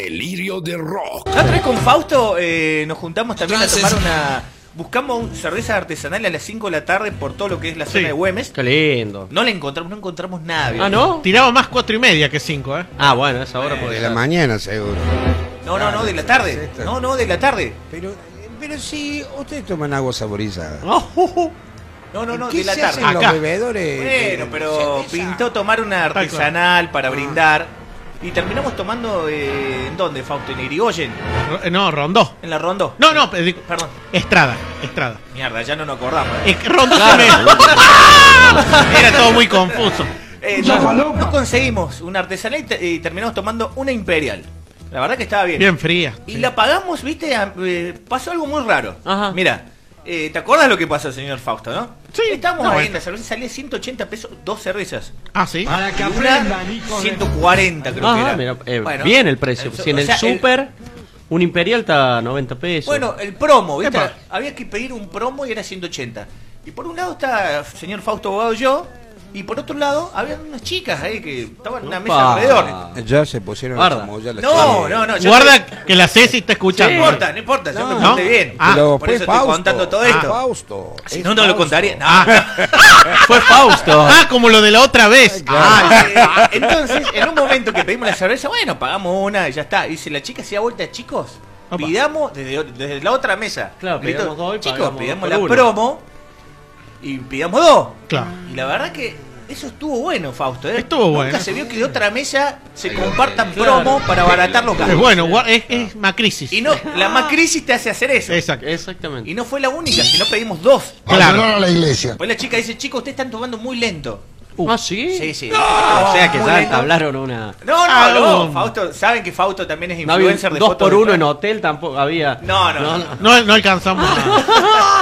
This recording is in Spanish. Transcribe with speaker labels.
Speaker 1: Delirio de rock.
Speaker 2: La otra vez con Fausto eh, nos juntamos también
Speaker 3: Entonces-
Speaker 2: a tomar una. Buscamos un- cerveza artesanal a las 5 de la tarde por todo lo que es la zona
Speaker 4: Sí.
Speaker 2: de Güemes.
Speaker 3: Qué lindo.
Speaker 2: No la encontramos, no encontramos nada.
Speaker 3: Ah,
Speaker 2: viejo.
Speaker 3: ¿no?
Speaker 4: Tiraba más cuatro y media que cinco, ¿eh?
Speaker 3: Ah, bueno, esa hora
Speaker 5: De
Speaker 3: porque
Speaker 5: la mañana, seguro.
Speaker 2: No, no, no, de la tarde. No, no, de la tarde.
Speaker 5: Pero, pero si ustedes toman agua saborizada.
Speaker 4: Oh, uh,
Speaker 2: No, no, no,
Speaker 5: ¿Qué
Speaker 2: de la
Speaker 5: se
Speaker 2: tarde. Ah,
Speaker 5: hacen
Speaker 4: Acá.
Speaker 5: los bebedores?
Speaker 2: Bueno, pero pintó tomar una
Speaker 4: cual.
Speaker 2: artesanal
Speaker 5: Ah.
Speaker 2: para brindar. Y terminamos tomando eh, en dónde, Fausto, en Irigoyen,
Speaker 4: Ro- eh, No, rondó.
Speaker 2: en la Rondó.
Speaker 4: No, no, eh, digo,
Speaker 2: Perdón.
Speaker 4: Estrada, Estrada.
Speaker 2: Mierda, ya no nos acordamos. eh.
Speaker 4: Eh, rondó también. Era todo muy confuso.
Speaker 2: Eh, no, no conseguimos una artesanal y, te- y terminamos tomando una imperial. La verdad que estaba bien.
Speaker 4: Bien fría.
Speaker 2: Y la pagamos, viste, a- eh, pasó algo muy raro.
Speaker 3: Ajá.
Speaker 2: Mira, eh, ¿te acordás lo que pasó, señor Fausto, no?
Speaker 4: Sí.
Speaker 2: Estábamos
Speaker 4: No,
Speaker 2: ahí
Speaker 3: eh.
Speaker 4: bueno.
Speaker 2: en la cerveza, salía 180 pesos, dos cervezas.
Speaker 4: Ah, sí.
Speaker 2: Y una 140 creo que
Speaker 3: Ajá,
Speaker 2: era.
Speaker 3: mira, eh,
Speaker 2: Bueno,
Speaker 3: bien el precio.
Speaker 2: eso-
Speaker 3: Si en
Speaker 2: o
Speaker 3: el
Speaker 2: sea,
Speaker 3: super, un imperial está a 90 pesos.
Speaker 2: Bueno, el promo, ¿viste?
Speaker 4: Epa.
Speaker 2: Había que pedir un promo y era 180. Y por un lado está el señor Fausto Abogado y yo, y por otro lado había unas chicas ahí que estaban en una mesa
Speaker 3: Opa.
Speaker 2: alrededor.
Speaker 5: Ah, Ya se pusieron
Speaker 3: Guarda.
Speaker 5: como ya las
Speaker 2: No,
Speaker 5: chicas.
Speaker 2: no, no. yo
Speaker 4: Guarda
Speaker 2: te-
Speaker 4: que la Ceci está
Speaker 2: No
Speaker 4: escuchando.
Speaker 2: importa, no importa, yo me
Speaker 5: No.
Speaker 2: porté
Speaker 4: ¿No?
Speaker 2: bien.
Speaker 4: Ah.
Speaker 5: Pero
Speaker 2: por
Speaker 5: fue
Speaker 2: eso estoy
Speaker 5: Fausto.
Speaker 2: contando todo
Speaker 5: Ah,
Speaker 2: esto.
Speaker 5: Fausto.
Speaker 2: Si
Speaker 5: Es
Speaker 2: no, no lo
Speaker 5: Fausto.
Speaker 2: contaría. No.
Speaker 3: fue Fausto.
Speaker 4: Ah, como lo de la otra vez.
Speaker 2: Ah, eh, entonces, en un momento que pedimos la cerveza, bueno, pagamos una y ya está. Y si la chica se da vuelta, chicos,
Speaker 4: Opa.
Speaker 2: pidamos desde, desde la otra mesa.
Speaker 3: Claro,
Speaker 2: Grito,
Speaker 3: pidamos dos y
Speaker 2: chicos,
Speaker 3: pagamos
Speaker 2: pidamos
Speaker 3: dos
Speaker 2: la
Speaker 3: por uno.
Speaker 2: promo y pidamos dos.
Speaker 4: Ah, Claro.
Speaker 2: Y la verdad que eso estuvo bueno, Fausto. ¿eh?
Speaker 4: Estuvo
Speaker 2: Nunca
Speaker 4: bueno.
Speaker 2: se vio que de otra mesa se
Speaker 1: Ahí va.
Speaker 2: compartan
Speaker 3: Claro.
Speaker 2: promo para abaratar los
Speaker 4: Es
Speaker 2: gastos.
Speaker 4: bueno, gua- es, es Macrisis.
Speaker 2: Y no,
Speaker 3: Ah.
Speaker 2: la más crisis te hace hacer eso.
Speaker 4: Exacto.
Speaker 3: Exactamente.
Speaker 2: Y no fue la única, sino pedimos dos.
Speaker 4: Claro.
Speaker 6: a la iglesia.
Speaker 2: Pues la chica dice, chicos, ustedes están tomando muy lento.
Speaker 3: Uh. ¿Ah, sí?
Speaker 2: Sí, sí.
Speaker 3: O sea que
Speaker 2: Muy
Speaker 3: ya
Speaker 2: lento.
Speaker 3: hablaron una.
Speaker 2: No, no,
Speaker 4: Ah,
Speaker 2: no,
Speaker 4: no.
Speaker 2: Fausto, saben que Fausto también es
Speaker 3: No había
Speaker 2: influencer de
Speaker 3: dos
Speaker 2: fotos
Speaker 3: por
Speaker 2: de
Speaker 3: uno en
Speaker 2: Instagram?
Speaker 3: hotel tampoco había.
Speaker 2: No, no, no.
Speaker 4: No, no alcanzamos nada.